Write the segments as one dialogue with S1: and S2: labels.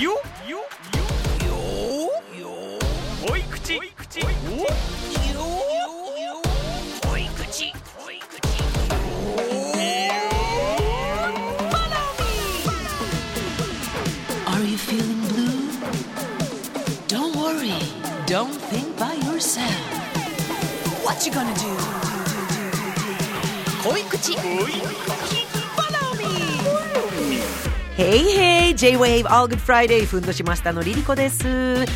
S1: よよおい口おい口
S2: 恋口
S3: Hey, hey, J-Wave All Good Friday ふんどしマスターのリリコです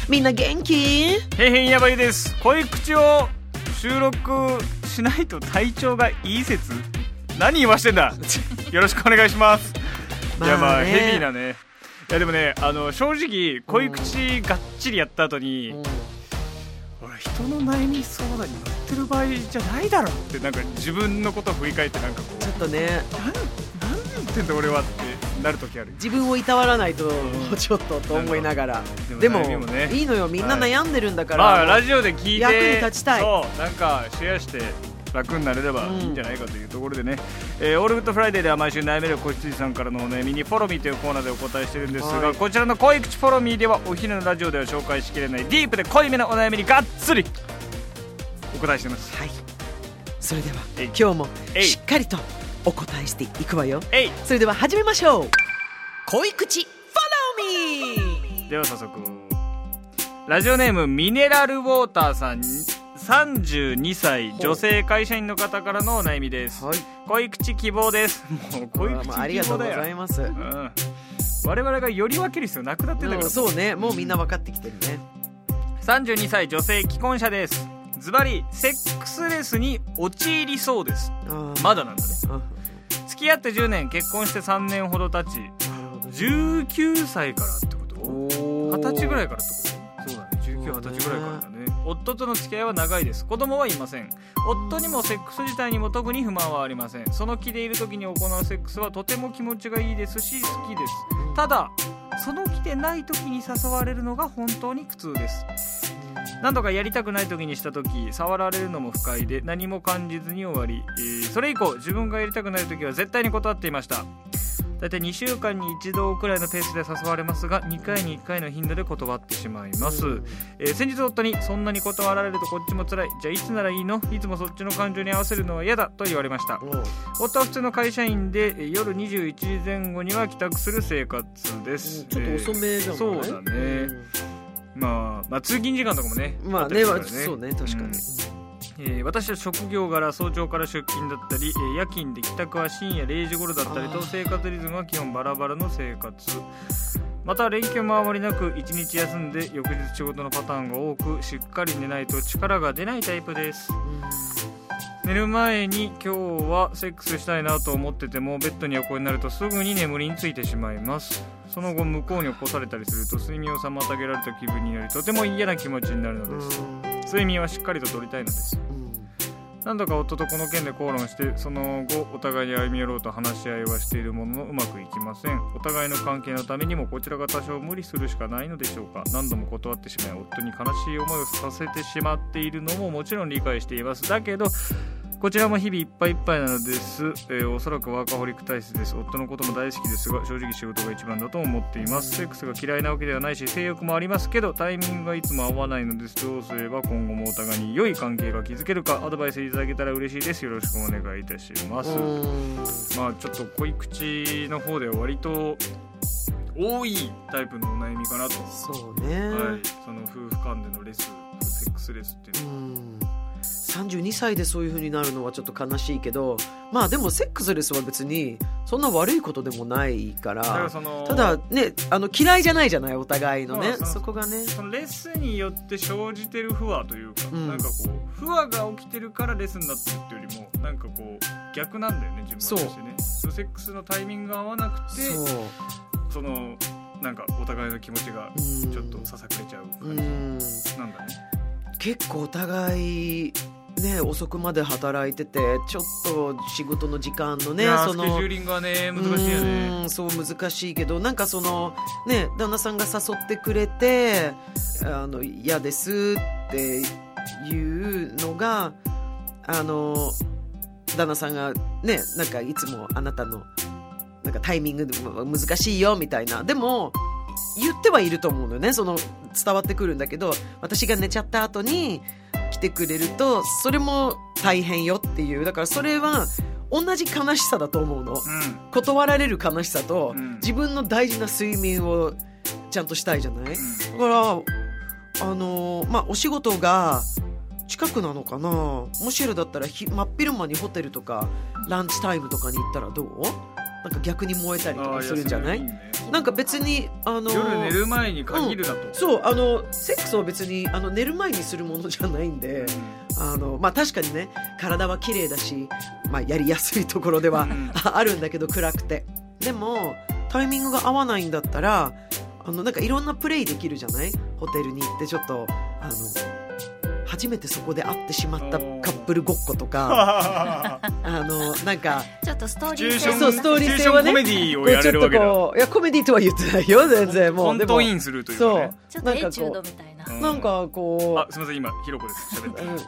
S3: みんな元気
S1: へいへいやばいです恋口を収録しないと体調がいい説何言わしてん だよろしくお願いします、いやまあヘビーなねいやでもねあの正直恋口がっちりやった後に、俺人の悩み相談に乗ってる場合じゃないだろってなんか自分のことを振り返ってなんかこ
S3: ちょっとね
S1: うなんなん言ってんだ俺はってなる時ある
S3: 自分をいたわらないとちょっとと思いながらで
S1: で
S3: も
S1: も悩みもね
S3: いいのよみんな
S1: はい
S3: 悩んでるんだから、
S1: まあラジオで聞いて
S3: 役に立ちたい
S1: そうなんかシェアして楽になれれば
S3: うん
S1: いいんじゃないかというところでね、えーオールグッドフライデーでは毎週悩める子羊さんからのお悩みにフォロミーというコーナーでお答えしてるんですが、
S3: はい
S1: こちらの恋口フォロミーではお昼のラジオでは紹介しきれないディープで濃いめのお悩みにがっつりお答えしてます
S3: はいそれでは
S1: えい
S3: 今日も
S1: えい
S3: しっかりとお答えしていくわよ
S1: えい
S3: それでは始めましょう恋口 Follow me
S1: では早速ラジオネームミネラルウォーターさん32歳
S3: ほう
S1: 女性会社員の方からのお悩みです
S3: はい
S1: 恋口希望です もう恋口希望だよ
S3: まあありがとうございます
S1: うん我々がより分ける必要なくなってんだか
S3: う
S1: ら
S3: んそうねもうみんな分かってきてるね
S1: 32歳女性既婚者ですズバリセックスレスに陥りそうです
S3: あー
S1: まだなんだね
S3: あ
S1: 付き合って10年結婚して3年ほど経ち
S3: なるほど
S1: 19歳からってこと
S3: 二
S1: 二十歳ぐら
S3: い
S1: いからってことそうだね19
S3: そう
S1: 二
S3: だね
S1: 十歳ぐらいからだね夫との付き合いは長いです子供はいません夫にもセックス自体にも特に不満はありませんその気でいる時に行うセックスはとても気持ちがいいですし好きですただその気でない時に誘われるのが本当に苦痛です何度かやりたくない時にした時触られるのも不快で何も感じずに終わり、えーそれ以降自分がやりたくない時は絶対に断っていました大体2週間に1度くらいのペースで誘われますが2回に1回の頻度で断ってしまいます、えー先日夫に「そんなに断られるとこっちも辛いじゃあいつならいいのいつもそっちの感情に合わせるのは嫌だ」と言われました夫は普通の会社員でえー夜21時前後には帰宅する生活です
S3: ちょっと遅めじゃない、
S1: えーそうだね、まあ、まあ通勤時間とかもね
S3: うんまあ
S1: ったり
S3: ね
S1: するから
S3: そうね確かに、
S1: うんえー私は職業柄早朝から出勤だったり、えー夜勤で帰宅は深夜0時頃だったり
S3: あ
S1: と
S3: ー
S1: 生活リズムは基本バラバラの生活また連休もあまりなく1日休んで翌日仕事のパターンが多くしっかり寝ないと力が出ないタイプです寝る前に今日はセックスしたいなと思っててもベッドに横になるとすぐに眠りについてしまいますその後向こうに起こされたりすると睡眠を妨げられた気分になりとても嫌な気持ちになるの
S3: うん
S1: です睡眠はしっかりと取りたいのです
S3: うん
S1: 何度か夫とこの件で口論してその後お互いに歩み寄ろうと話し合いはしているもののうまくいきませんお互いの関係のためにもこちらが多少無理するしかないのでしょうか何度も断ってしまい夫に悲しい思いをさせてしまっているのももちろん理解していますだけどこちらも日々いっぱいいっぱいなのです、えーおそらくワーカホリック体質です夫のことも大好きですが正直仕事が一番だと思っていますセックスが嫌いなわけではないし性欲もありますけどタイミングがいつも合わないのですどうすれば今後もお互いに良い関係が築けるかアドバイスいただけたら嬉しいですよろしくお願いいたします
S3: うん
S1: まあちょっと濃い口の方では割と多いタイプのお悩みかなと、
S3: そうね、
S1: はい、その夫婦間でのレスセックスレスっていう
S3: う
S1: の
S3: ん32歳でそういう風になるのはちょっと悲しいけどまあでもセックスレスは別にそんな悪いことでもないから
S1: だからその
S3: ただねあの嫌いじゃないじゃないお互いのね
S1: そうそう
S3: そこがね
S1: そのレスによって生じてる不和というか、
S3: うん
S1: なんかこう不和が起きてるからレスになってるっていうよりもなんかこう逆なんだよね自分はしてねそのセックスのタイミングが合わなくて
S3: そう
S1: そのなんかお互いの気持ちが
S3: うん
S1: ちょっとささくれちゃう
S3: う
S1: 感じ
S3: ん
S1: なんだね、
S3: 結構お互いね遅くまで働いててちょっと仕事の時間のね
S1: いやー
S3: そ
S1: スケジ
S3: の
S1: ューリングはね難しいよ
S3: う
S1: ね
S3: ーんそう難しいけどなんかそのね旦那さんが誘ってくれてあの嫌ですっていうのがあの旦那さんがねなんかいつもあなたのなんかタイミングでま難しいよみたいなでも言ってはいると思うのよねその伝わってくるんだけど私が寝ちゃった後に来てくれるとそれも大変よっていうだからそれは同じ悲しさだと思うの
S1: うん
S3: 断られる悲しさと
S1: うん
S3: 自分の大事な睡眠をちゃんとしたいじゃないだからあのーまあお仕事が近くなのかなもし夜だったらひ真っ昼間にホテルとかランチタイムとかに行ったらどうなんか逆に燃えたり
S1: う
S3: と
S1: んあ
S3: か
S1: ー
S3: するんじゃない
S1: やそれいいね
S3: なんか別にあのー
S1: 夜寝る前に限るだと、
S3: そうあのセックスは別にあの寝る前にするものじゃないんであの、まあ、確かにね体は綺麗だし、まあ、やりやすいところでは
S1: うん
S3: あるんだけど暗くてでもタイミングが合わないんだったらあのなんかいろんなプレイできるじゃないホテルに行ってちょっとあの初めてそこで会ってしまったカップルごっこと かあのなんか
S2: ちょっとストー
S1: シチ
S2: リ
S1: ュエ
S2: ー
S1: ー
S2: 性
S1: ション
S3: そうストーリー性はね
S1: シチュエーションコメディー
S3: こ
S1: を
S3: う
S1: や
S3: ち
S1: れ
S3: ょ
S1: る
S3: っと
S1: わけだ
S3: こういやコメディとは言ってないよ全然も
S1: コ
S3: う
S1: ン
S3: でも
S1: トインするというか
S3: そ
S1: ね
S3: う
S2: ちょっと
S3: なん
S2: エ
S3: か
S2: チュー
S3: こ
S2: ドみたいな
S1: う
S3: うなんかこう
S1: あすみません今ひろこです喋って
S3: う
S1: る、
S3: ん
S1: はい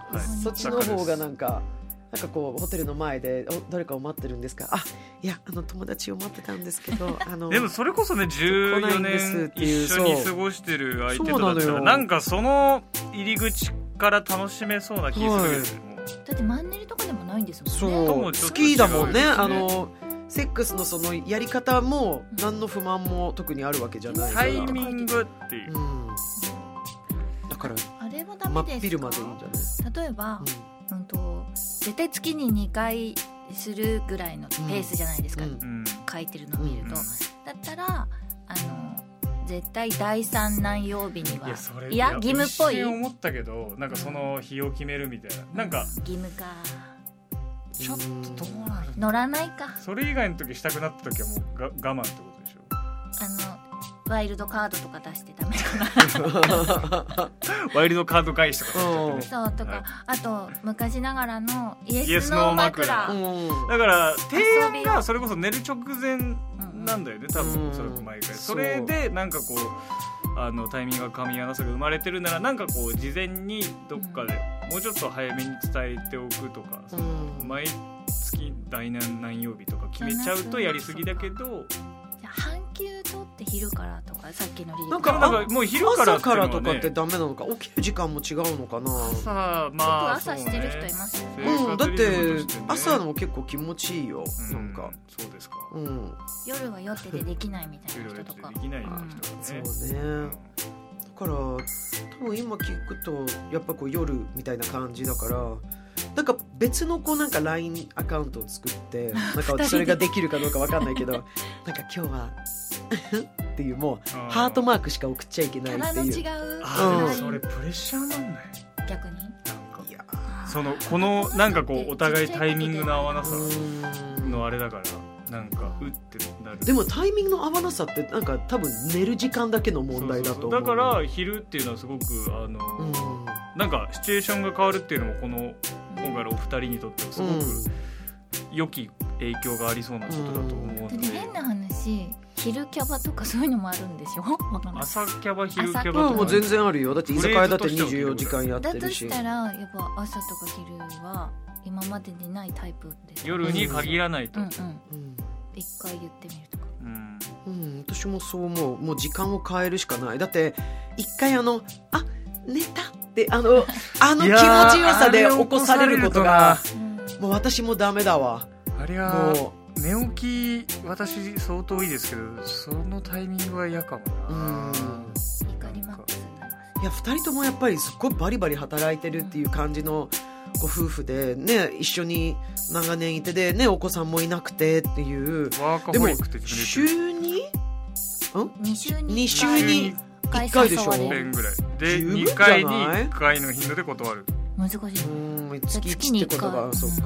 S3: そっちの方がな
S1: 作家で
S3: んか。なんかこうホテルの前でお誰かを待ってるんですかあいやあの友達を待ってたんですけどあの
S1: すでもそれこそね
S3: 来ない
S1: 14
S3: んです
S1: 年
S3: っていう
S1: 一緒に過ごしてる相手とだっ
S3: そう
S1: た
S3: なの
S1: ら
S3: よ
S1: なんかその入り口から楽しめそうな気がするけどね、
S2: だってマンネリとかでもないんですもんね
S3: そう
S1: も
S3: 好
S1: ちょっと
S3: きだもんね
S1: 違うよね
S3: あのセックスのそのやり方も何の不満も特にあるわけじゃないか
S1: タ
S3: ら、
S1: イ
S3: う
S1: ミングっていう、
S3: ん、だから
S2: あれはダ
S3: 真
S2: メ
S3: っ
S2: ですか
S3: 昼までいいんじゃない、
S2: 例えば
S3: うん、
S2: うんと絶対月に2回するぐらいのペースじゃないですか、
S3: うん
S1: うん
S2: 書いてるのを見ると、
S1: うん
S2: だったらあの絶対第3何曜日にはい
S1: やそれ
S2: いや義務っぽい
S1: 一瞬思ったけどなんかその日を決めるみたいななんか
S2: 義務か
S1: ちょっとどうなる
S2: 乗らないか
S1: それ以外の時したくなった時はもうが我慢ってことでし
S2: あのワイルドカードとか出してダメかな
S1: ょワイルドカード返しとかしちゃってね
S2: そうとか、あと昔ながらのイ
S1: イ
S2: エ
S1: エ
S2: ス
S1: ス
S2: ノ
S1: ノ
S2: ー
S1: ー
S2: 枕
S1: 枕
S3: うん
S1: だから提案がそれこそ寝る直前なんだよね多
S3: う
S1: 分
S3: ん
S1: おそらく毎
S3: そ
S1: 回そうれでなんかこうあのタイミングが噛み合わなさが生まれてるならなんかこう事前にどっかでもうちょっと早めに伝えておくとか
S3: うん
S1: 毎月第何何曜日とか決めちゃうとやりすぎだけど
S2: じゃあ半休取って昼からとかさっきのリ
S3: なん
S2: ーダ
S1: でも
S3: か
S1: なんかもう昼から
S3: 朝
S1: ってい
S3: か
S1: うの
S3: ら
S1: は
S3: とかって
S1: ね
S3: ダメなのか起きる時間も違うのかな
S1: 朝まあ
S2: 朝してる人いますよね
S1: そうね
S3: うん、だっ
S1: 生活リズ
S3: て
S1: ムとしてね
S3: 朝の結構気持ちいいよ、
S1: う
S3: なんか、
S1: そうですか
S3: うん、
S2: 夜は酔っててできないみたいな人とか
S1: できないような
S3: そ
S1: 人
S3: う
S1: が
S3: ね
S1: ね、
S3: だから多分今聞くとやっぱこう夜みたいな感じだからなんか別のこうなんか LINE アカウントを作 ってなんかそれができるかどうかわかんないけどなんか今日は っていうもう
S1: うん
S3: ハートマークしか送っちゃいけ
S2: キ
S3: ない
S2: ャラ
S3: って
S2: の
S3: いう
S2: 違う
S1: あ
S3: うん
S1: ーでもそれプレッシャーなんだよ
S2: 逆に
S1: なんか
S3: いや
S1: そのこのなんかこうお互いタイミングの合わな
S3: う
S1: さ
S3: ーん
S1: のあれだからなんかうってなる
S3: でもタイミングの合わなさってなんか多分寝る時間だけの問題だと思
S1: そううそうそうだから昼っていうのはすごくあの、
S3: うん
S1: なんかシチュエーションが変わるっていうのもこの今回のお二人にとってはすご
S3: うん
S1: く良き影響がありそうなことだと思うの
S2: だ
S1: で、
S2: って変な話昼キャバとかそういうのもあるんでしょわかんない
S1: 朝キャバ昼キャ
S3: ま
S1: バ
S3: あ
S1: と
S3: も
S1: か
S3: う全然あるよだって居酒屋だって24時間やっ
S2: だ
S3: て
S2: と
S3: るし
S2: したらやっぱ朝とか昼は今までにないタイプです
S1: 夜に限らないと、
S2: う
S1: うん
S2: うんん
S3: うん
S2: 一回言ってみるとか
S3: うん、私もそう思うもう時間を変えるしかないだって一回あの「あ寝た」ってあ のあの気持ちよさで起こされることがもう私もダメだわ
S1: あれは
S3: も
S1: 寝起き私相当いいですけどそのタイミングは嫌かも
S3: うう
S1: な、
S3: ん
S2: 怒りマックスになります
S3: いや2人ともやっぱりすっごいバリバリ働いてるっていう感じのご夫婦でね一緒に長年いてでねお子さんもいなくてっていう
S1: ワーカ
S3: で
S1: ホ
S3: も
S1: リックって自
S3: 週
S1: 分で
S3: に
S2: 二週に
S3: 二
S2: 一
S3: 週
S2: 回
S1: に
S3: に1回でしょ
S2: 一回誘われ
S1: 言
S2: る
S1: ってる10ぐらいで
S3: 十分
S1: 2回に
S3: じゃない
S1: 1回の頻度で断る
S2: 難しい
S3: うん月
S2: 月
S3: 1
S2: に
S3: って
S2: 一回
S3: ことがそうか、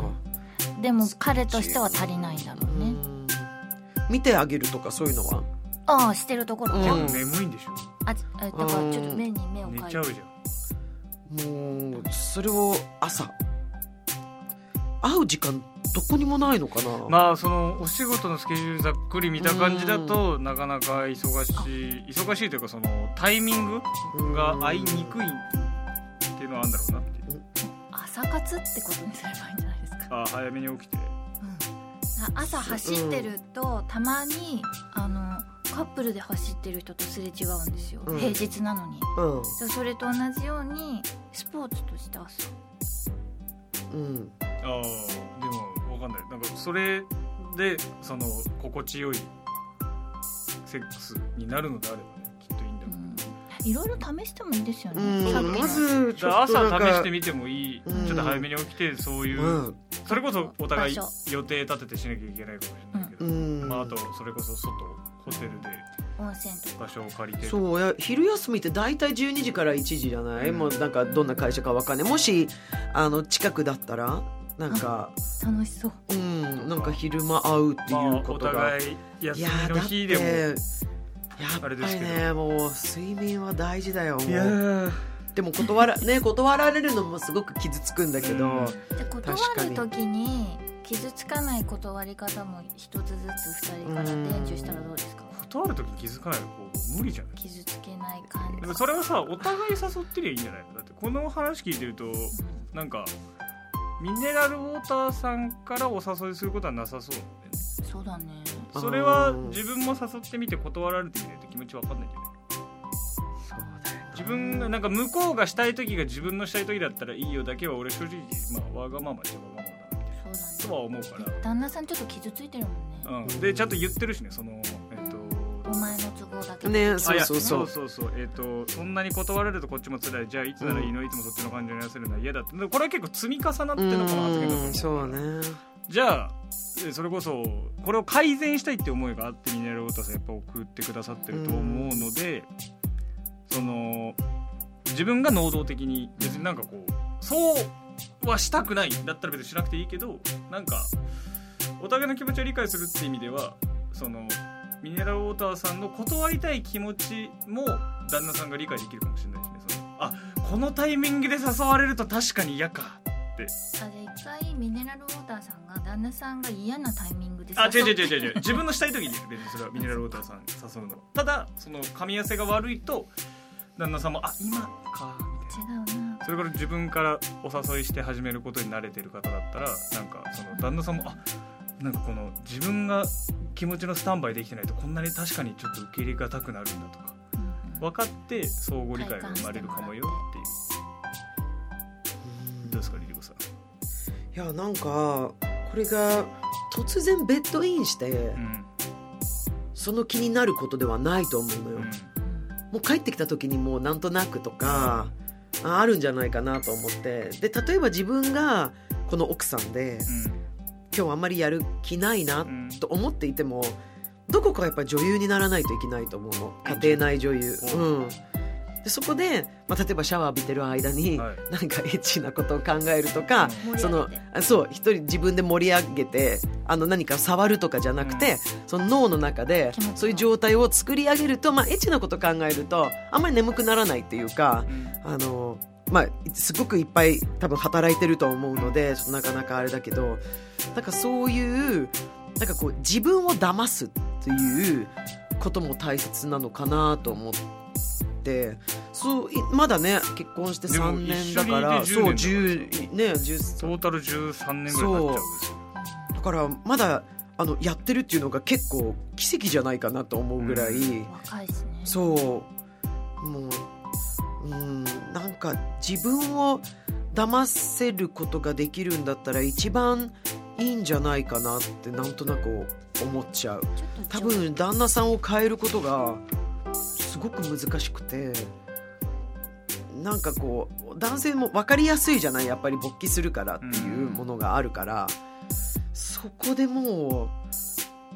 S2: でも彼としては足りないんだろう
S3: う
S2: ね
S3: ん見てあげるとかそういうのは
S2: ああしてるところ
S3: うん
S2: じ
S1: で
S2: ゃ
S1: も
S2: ん
S1: 眠いんでしょ
S2: ああだからちょっと目に目を
S1: 寝
S2: 変え
S1: ちゃうじ
S2: る
S1: ゃん
S3: もうそれを朝会う時間どこにもないのかな、
S1: まあそのお仕事のスケジュールざっくり見た感じだとなかなか忙しい忙しいというかそのタイミング
S3: うん
S1: が合いにくいっていうのはあるんだろうなっていう
S2: 朝活ってことにすればいいんじゃないですか
S1: ああ早めに起きて
S2: うんあ朝走ってるとたまにあのカップルで走ってる人とすれ違うんですよ、
S3: うん
S2: 平日なのに
S3: うん
S2: でそれと同じようにスポーツとして朝
S3: うん
S1: あーでもわかんないなんかそれでその心地よいセックスになるのであればねきっといいんだ
S2: う
S1: ろうけど
S2: んいろいろ試してもいいですよ
S3: う
S2: ね、さっき
S3: ん
S2: の
S3: まずちょっとなん
S1: 朝
S3: か
S1: 試してみてもいい、
S3: うん
S1: ちょっと早めに起きてそういう、
S3: うん
S1: それこそお互い
S2: 場所
S1: 予定立ててしなきゃいけないかもしれないけど、
S3: うん
S1: まあ、あとそれこそ外ホテルで
S2: 温泉とか
S1: 場所を借りて
S3: そうや昼休みって大体12時から1時じゃない、
S1: うん
S3: もうなんかどんな会社かわかんないもしあの近くだったらなんか、
S2: 楽しそう
S3: うんなんか昼間会うって
S1: まあ
S3: いうこ
S1: お
S3: とが、
S1: 互い休
S3: いや
S1: み
S3: ー
S1: の
S3: だっ
S1: 日
S3: て
S1: でも
S3: やっぱ
S1: あれ
S3: り
S1: ですけど
S3: ねもう睡眠は大事だよも
S1: いや
S3: う
S1: ー
S3: でも断ら,、 ね、断られるのもすごく傷つくんだけど、
S1: うん
S2: で断
S3: 確か
S2: る
S3: に
S2: 時に傷つかない断り方も一つずつ二人から伝授したらどうですか
S1: 断る時気づかない方無理じゃない
S2: 傷つけない感
S1: で
S2: じ
S1: もそれはさお互い誘ってりゃいいんじゃないのだってこの話聞いてるとなんかミネラルウォーターさんからお誘いすることはなさそうなんだよね
S2: そうだね
S1: それは
S3: あー
S1: 自分も誘ってみて断られてみないと気持ちわかんないんじゃない
S3: そうだよな
S1: 自分がなんか向こうがしたい時が自分のしたい時だったらいいよだけは俺正直、まあ、わがままっちゃわがままだなみたいなと
S2: そうだ
S1: は
S2: ね
S1: 思うか
S2: 旦那さんちょっと傷ついてるもんね
S1: ら、うん、でちゃんと言ってるしねそのえっ、と
S2: お前の都合だけ
S3: ね
S1: あいや
S3: そうそうそう
S1: そうそうえっ、とそんなに断られるとこっちも辛いじゃあいつならいいのいつもそっちの感情に合わせるのは嫌だってでこれは結構積み重なってのこの発言だと思
S3: うんそうね
S1: じゃあえそれこそこれを改善したいって思いがあってミネラルウォーターさんやっぱ送ってくださってると思うので、その自分が能動的に別になんかこうそうはしたくないだったら別にしなくていいけどなんかお互いの気持ちを理解するって意味ではそのミネラルウォーターさんの断りたい気持ちも旦那さんが理解できるかもしれないですね。そのあこのタイミングで誘われると確かに嫌か。
S2: あじゃあ一回ミネラルウォーターさんが旦那さんが嫌なタイミングで
S1: あ、違う違う
S2: う
S1: 違う違う。自分のしたい時に別にそれはミネラルウォーターさんに誘うの。ただその噛み合わせが悪いと旦那さんもあ今かみたいな。
S2: 違うな
S1: それから自分からお誘いして始めることに慣れてる方だったらなんかその旦那さんもあなんかこの自分が気持ちのスタンバイできてないとこんなに確かにちょっと受け入れがたくなるんだとか
S2: うん
S1: 分かって相互理解が生まれるかもよっていう
S3: うん
S1: どうですかリリコさん。
S3: いやなんかこれが突然ベッドインして、
S1: うん
S3: その気になることではないと思うのよ、
S1: うん
S3: もう帰ってきた時にもうなんとなくとかああるんじゃないかなと思ってで例えば自分がこの奥さんで今日あんまりやる気ないな
S1: うんうん
S3: と思っていてもどこかやっぱ女優にならないといけないと思うの家庭内女優、
S1: う
S3: うん、でそこで、まあ、例えばシャワー浴びてる間に、
S1: はい
S3: なんかエッチなことを考えるとか、
S2: 盛り上げて
S3: そのあそう一人自分で盛り上げてあの何か触るとかじゃなくて、その脳の中で
S2: 気持ちを
S3: そういう状態を作り上げると、まあ、エッチなこと考えるとあんまり眠くならないっていうか
S1: うん
S3: あの、まあ、すごくいっぱい多分働いてると思うのでちょっとなかなかあれだけどなんかそういうなんかこう自分を騙すっていうことも大切なのかなと思って。そういまだね結婚して
S1: でも
S3: 3年だから
S1: 一緒にいて10
S3: 10ね10
S1: トータル13年ぐらいになっちゃうんですよ。
S3: だからまだあのやってるっていうのが結構奇跡じゃないかなと思うぐらい、
S2: 若いですね
S3: そうもううんなんか自分を騙せることができるんだったら一番いいんじゃないかなってなんとなく思っちゃう
S2: ちょっと
S3: 多分旦那さんを変えることがすごく難しくてなんかこう男性も分かりやすいじゃないやっぱり勃起するからっていうものがあるから、そこでもう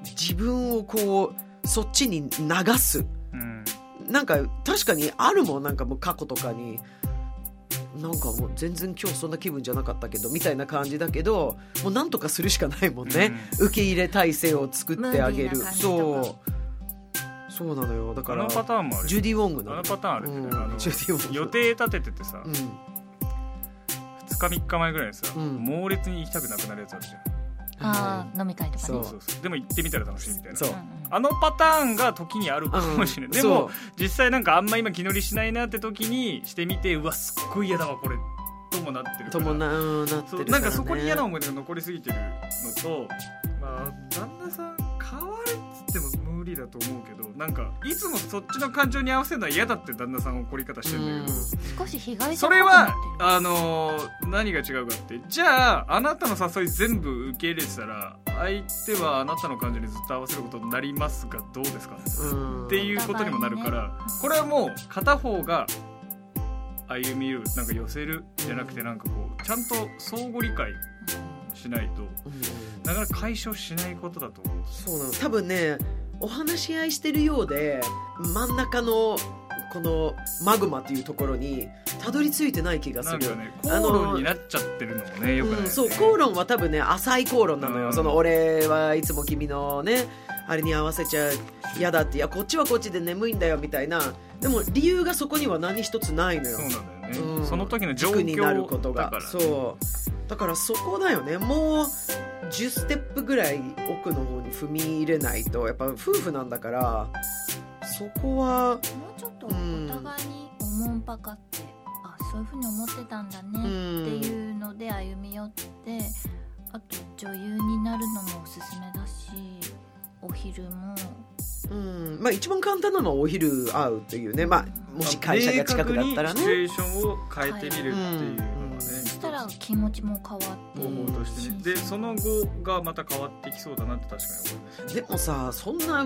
S3: 自分をこうそっちに流す
S1: うん
S3: なんか確かにあるもんなんかもう過去とかになんかもう全然今日そんな気分じゃなかったけどみたいな感じだけどもうなんとかするしかないもんね、受け入れ体制を作ってあげる
S2: ムーディーな感じと
S3: そうそうなのよだ
S1: あ
S3: から
S1: のパターンもある
S3: ジュディ・ウォングな
S1: あのパターンあるよね、あ
S3: うん、ジュディ・ウォン
S1: の
S3: グ
S1: 予定立てててさ、
S3: う
S1: 2
S3: ん
S1: 日3日前ぐらいにさ、
S3: うん
S1: 猛烈に行きたくなくなるやつあるじゃん、
S2: あー飲み会とか
S3: そ
S2: ね
S3: う
S1: そうそうでも行ってみたら楽しいみたいな
S3: そう
S1: あのパターンが時にあるかもしれない、
S3: うん
S1: でも実際なんかあんま今気乗りしないなって時にしてみてうわすっごい嫌だわこれともなってる
S3: そう
S1: から
S3: 伴うなって
S1: そう
S3: る
S1: なんかそこに嫌な
S3: の
S1: 思い出が残りすぎてるのと、まあ、あ旦那さん変われっつっても無理だと思うけどなんかいつもそっちの感情に合わせるのは嫌だって旦那さん怒り方してんだけど、
S2: 少し被害者
S1: そ
S2: っぽ
S1: れ
S2: くなって
S1: はあのー何が違うかってじゃああなたの誘い全部受け入れてたら相手はあなたの感情にずっと合わせることになりますがどうですかっ
S3: うん
S1: ていうことにもなるから、これはもう片方が歩み寄るなんか寄せるじゃなくてなんかこうちゃんと相互理解
S2: る
S1: しないと
S3: うん
S1: なかなか解消しないことだと思う
S3: そうなの多分ねお話し合いしてるようで真ん中のこのマグマっていうところにたどり着いてない気がす
S1: なん
S3: る
S1: かね口
S3: あの
S1: 論になっちゃってるのもねよくない、
S3: う
S1: ね
S3: ん、そう口論は多分ね浅い口論なのよ、
S1: うん
S3: その俺はいつも君のねあれに合わせちゃ嫌だっていやこっちはこっちで眠いんだよみたいなでも理由がそこには何一つないのよ
S1: そうなんだよね、
S3: うん
S1: その時の状
S3: 苦になる
S1: 況
S3: こと
S1: だ
S3: が
S1: から
S3: そうだからそこだよねもう10ステップぐらい奥の方に踏み入れないとやっぱ夫婦なんだからそこは
S2: うんもうちょっとお互いにおもんぱかって、あそういうふうに思ってたんだね
S3: う
S2: って
S3: ん
S2: いうので歩み寄ってあと女優になるのもおすすめだしお昼も
S3: うんまあ一番簡単なのはお昼会うというねまあもし会社が近くだったら
S1: 明確にシチュ
S3: ね
S1: エーションを変えてみるっていうのがね、
S3: うん
S1: 一
S2: そ
S1: つ
S2: したら
S1: 方
S2: 気持ちも変わって
S1: 法としてね、でその後がまた変わってきそうだなって確かに思います
S3: でもさそんな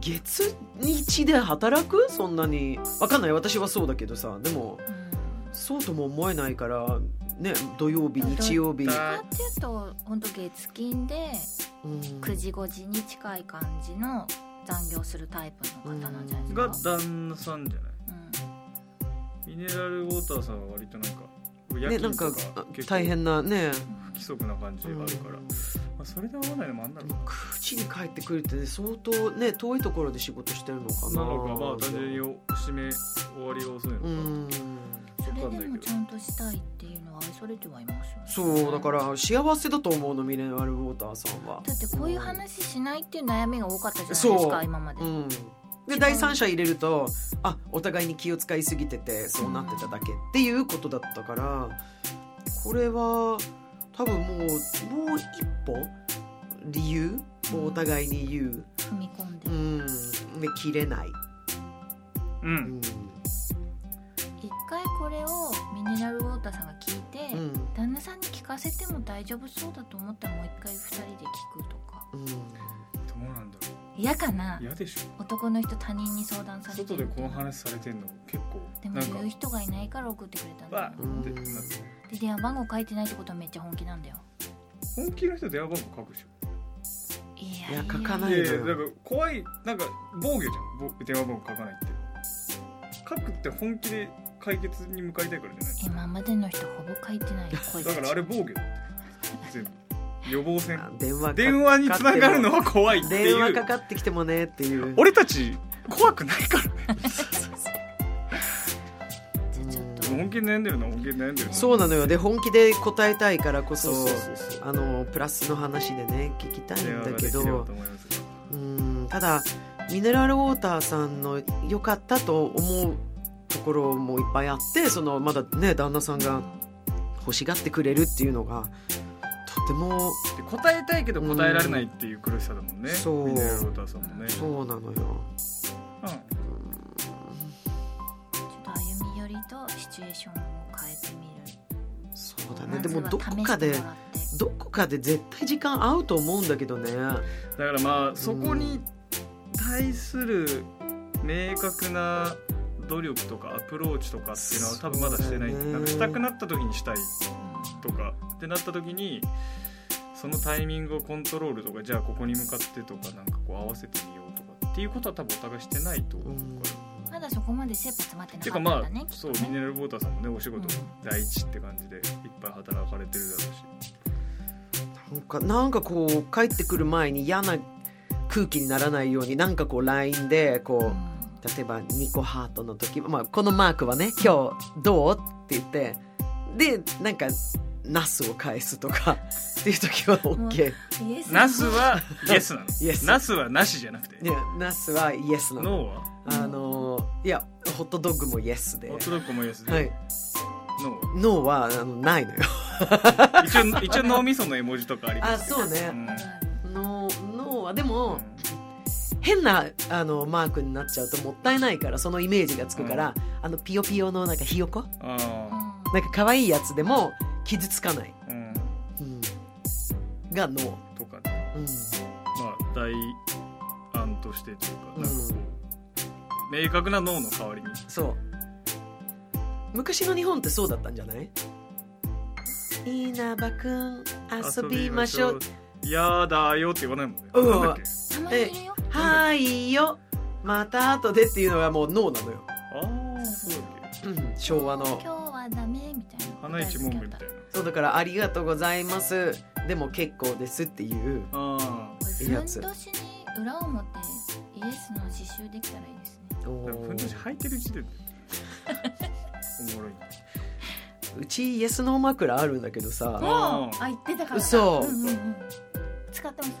S3: 月日で働くそんなにわかんない私はそうだけどさでも
S2: うん
S3: そうとも思えないからね土曜日日曜日、
S2: どっちかっていうと本当月金で
S3: うん
S2: 9時5時に近い感じの残業するタイプの方なんじゃないですか
S1: が、旦那さんじゃない
S2: う
S1: ミ
S2: ん
S1: ネラルウォーターさんは割となんか夜
S3: ねな
S1: 勤
S3: ん
S1: と
S3: か
S1: か
S3: あ
S1: 結構
S3: 大変なね
S1: 不規則な感じがあるから、
S3: うん
S1: まあ、それで合わないのもあんだろう
S3: 9時に帰ってくるって相当ね遠いところで仕事してるのかな
S1: なのかまあ単純にお締め終わりが遅いのか、
S3: うん
S2: それ
S1: わかんな
S2: で
S1: いけ
S2: も
S1: ど
S2: ちゃんとしたいっていうのは愛されてはいますよね
S3: そうだから幸せだと思うのミネラルウォーターさんは
S2: だってこういう話しないっていう悩みが多かったじゃないです
S3: そ
S2: か
S3: う
S2: 今まで、
S3: うんで第三者入れるとあお互いに気を使いすぎててそうなってただけっていうことだったからこれは多分もうもう一歩理由をお互いに言う、
S2: 踏み込んで、
S3: う
S2: い
S3: ん、で切れない、
S1: う
S3: うんん
S2: 一回これをミネラルウォーターさんが聞いて、
S3: うん
S2: 旦那さんに聞かせても大丈夫そうだと思ったらもう一回二人で聞くとか
S3: うん、
S1: どうなんだろ
S2: 嫌かな
S1: う嫌でしょ
S2: 男の人他人に相談されて
S1: 外
S2: る
S1: でこの話されてんの結
S2: で
S1: 構
S2: も
S1: なんか
S2: 言う人がいないから送ってくれたんだ
S1: バ
S2: よ
S1: ーンってなって
S2: で電話番号書いてないってことはめっちゃ本気なんだよ
S1: 本気の人電話番号書くでしょ
S2: い
S3: いや書かない
S1: い
S3: よ
S1: やいやなんか怖いなんか防御じゃんぼ電話番号書かないって書くって本気で解決に向かいたいからじゃない
S2: 今までの人ほぼ書い てないよこいつ
S1: だからあれ防御だって全部予防線
S3: あ電話か
S1: 電話につながるのは怖いってい
S3: 電話か
S1: う
S3: かってきてもねっていう
S1: 俺たち怖くないからね
S2: じゃあちょっと
S1: 本気で悩んでるのは本気で悩んでるの
S3: そうなのよで本気で答えたいからこそ
S1: そうそうそうそう
S3: あのプラスの話でね聞きたい
S1: 電
S3: ん
S1: 話が
S3: だ
S1: で
S3: け
S1: きればと
S3: ど
S1: 思いますが
S3: うんただミネラルウォーターさんの良かったと思うところもいっぱいあってそのまだね旦那さんが欲しがってくれるっていうのがとても
S1: で答えたいけど答えられないっていう苦しさだもん
S3: うん
S1: ね、
S3: そう
S1: ミネラルウォーターさんもね
S3: そうなのよ
S1: う
S2: ちょっと歩み寄りとシチュエーションを変えてみる
S3: そうだ
S1: ま
S3: ね
S1: ず
S3: でも
S2: ま
S3: ど
S2: ずは試
S3: こ
S2: し
S3: かで
S2: てもらって
S3: どこかで絶対時間合うと思うんだけどね
S1: んだからまあそこに対する明確な努力とかアプローチとかっていうのは多分まだしてない、
S3: そうだね
S1: なんかしたくなった時にしたい
S2: うん
S1: とかってなった時にそのタイミングをコントロールとかじゃあここに向かってとかなんかこう合わせてみようとかっていうことは多分お互いしてないと
S3: う
S1: 思うから
S3: ん。
S2: まだそこまで切羽詰まって
S1: て
S2: な
S1: か
S2: かったん
S1: ま
S2: だ
S1: あ、
S2: ね、きっ
S1: そう
S2: と
S1: ミ
S2: ね
S1: ネラルウォーターさんもねお仕事
S2: う
S1: 第一って感じでいっぱい働かれてるだろうし、
S3: なんかなんかこう帰ってくる前に嫌な空気にならないようになんかこう LINE でこう、
S2: うん
S3: 例えば2個ハートの時、まあ、このマークはね今日どうって言ってでなんかナスを返すとかっていう時 は OK
S2: イエス
S1: ナスはイエスなの
S3: Yes
S1: ナスはなしじゃなくて、
S3: いやナスはイエスなの
S1: ノーは
S3: あのいやホットドッグもイエスで、
S1: ホ
S3: は
S1: ットドッグもイエスで、
S3: い、
S1: ノーは
S3: ノーはあの ないのよ
S1: 一応一応脳みその絵文字とかありま
S3: あ
S1: す
S3: そうね
S1: うん
S2: ある
S3: ノわでも、変なあのマークになっちゃうともったいないからそのイメージがつくから、あのピヨピヨのなんかひよこ
S1: あ
S2: う
S3: なんか可愛いやつでも傷つかない、
S1: ーうん
S3: うん、がノー、
S1: とか
S3: うん
S1: まあ大案としてというか
S3: うん
S1: なんかこう、明確な脳の代わりに
S3: そう昔の日本ってそうだったんじゃない稲葉くん遊びましょう
S1: 「いやだよ」って言わないもんね
S3: うん
S1: なんだっけ
S2: んたまにいるよ
S3: はーいよまた後でっていうのがもうノーなのよ、
S1: ああそうだっけ
S3: うん、昭和
S2: 今
S3: の
S2: 日はダメみたいな
S1: 花一門部みたいな
S3: そうだから「ありがとうございます」でも結構ですっていう
S1: あ
S3: いいやつ
S2: ふんどしに裏表イエスの刺繍できたらいいですね
S1: あなんかふんどし履いてる時点でおもろいう
S3: ちイエスの枕あるんだけどさ
S1: あ
S2: あ
S1: ー
S2: あ言ってたからだ
S3: 嘘
S2: うんうんうん、使ってます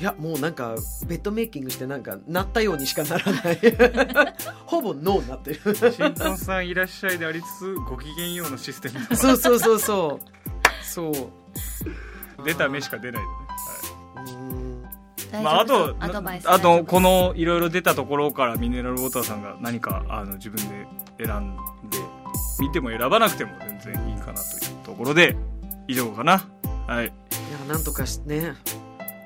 S3: いやもうなんかベッドメイキングしてなんかなったようにしかならないほぼノーになってる
S1: 新婚さんいらっしゃいでありつつご機嫌ようのシステムだ
S3: そうそうそうそうそう
S1: 出た目しか出ない、ね
S3: うん
S1: は
S2: 大
S1: い
S2: 丈
S1: まあ、あ
S2: 夫そう
S1: と
S2: アドバイス
S1: あ
S2: 大丈
S1: と
S2: 夫
S1: このいろいろ出たところからミネラルウォーターさんが何かあの自分で選んで見ても選ばなくても全然いいかなというところで以上かなはい、
S3: いやなんとかしね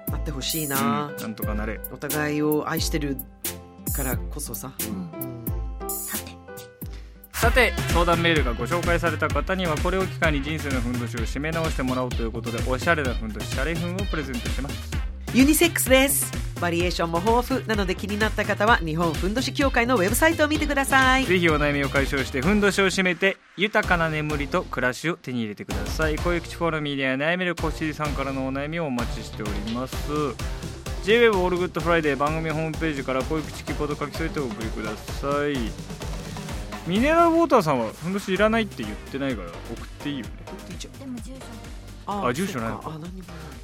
S3: なってほしい
S1: うん、
S3: な、
S1: なんとかなれ
S3: お互いを愛してるからこそさ、
S2: うん
S3: うん
S2: さて
S1: さて相談メールがご紹介された方にはこれを機会に人生のふんどしを締め直してもらおうということでおしゃれなふんどしシャレふんをプレゼントします
S3: ユニセックスですバリエーションも豊富なので気になった方は日本ふんどし協会のウェブサイトを見てください
S1: ぜひお悩みを解消してふんどしを締めて豊かな眠りと暮らしを手に入れてくださいこういう口フォーラミーでは悩めるこっしりさんからのお悩みをお待ちしております JWEB オールグッドフライデー番組ホームページからこういう口キポと書き添えてお送りくださいミネラルウォーターさんはふんどしいらないって言ってないから送っていいよね
S2: でも住所
S3: あ
S1: あ住所ない
S3: そうかあ何も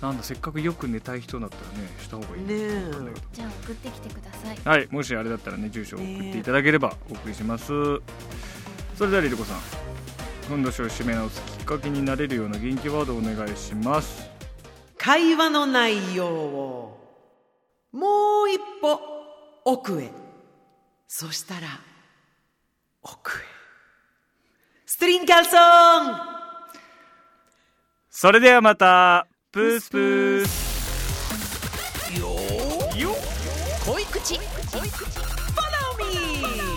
S1: なんだせっかくよく寝たい人だったらねした方がいい
S3: ねえ
S1: わかんないけど
S2: じゃあ送ってきてください
S1: はい、もしあれだったらね、住所を送っていただければお送りします。それではりりこさん、ふんどしを締め直すきっかけになれるような元気ワードをお願いします。
S3: 会話の内容をもう一歩奥へそしたら奥へストリンカルソン
S1: それではまた、プースプース。よーよ
S3: 濃い口 Follow me!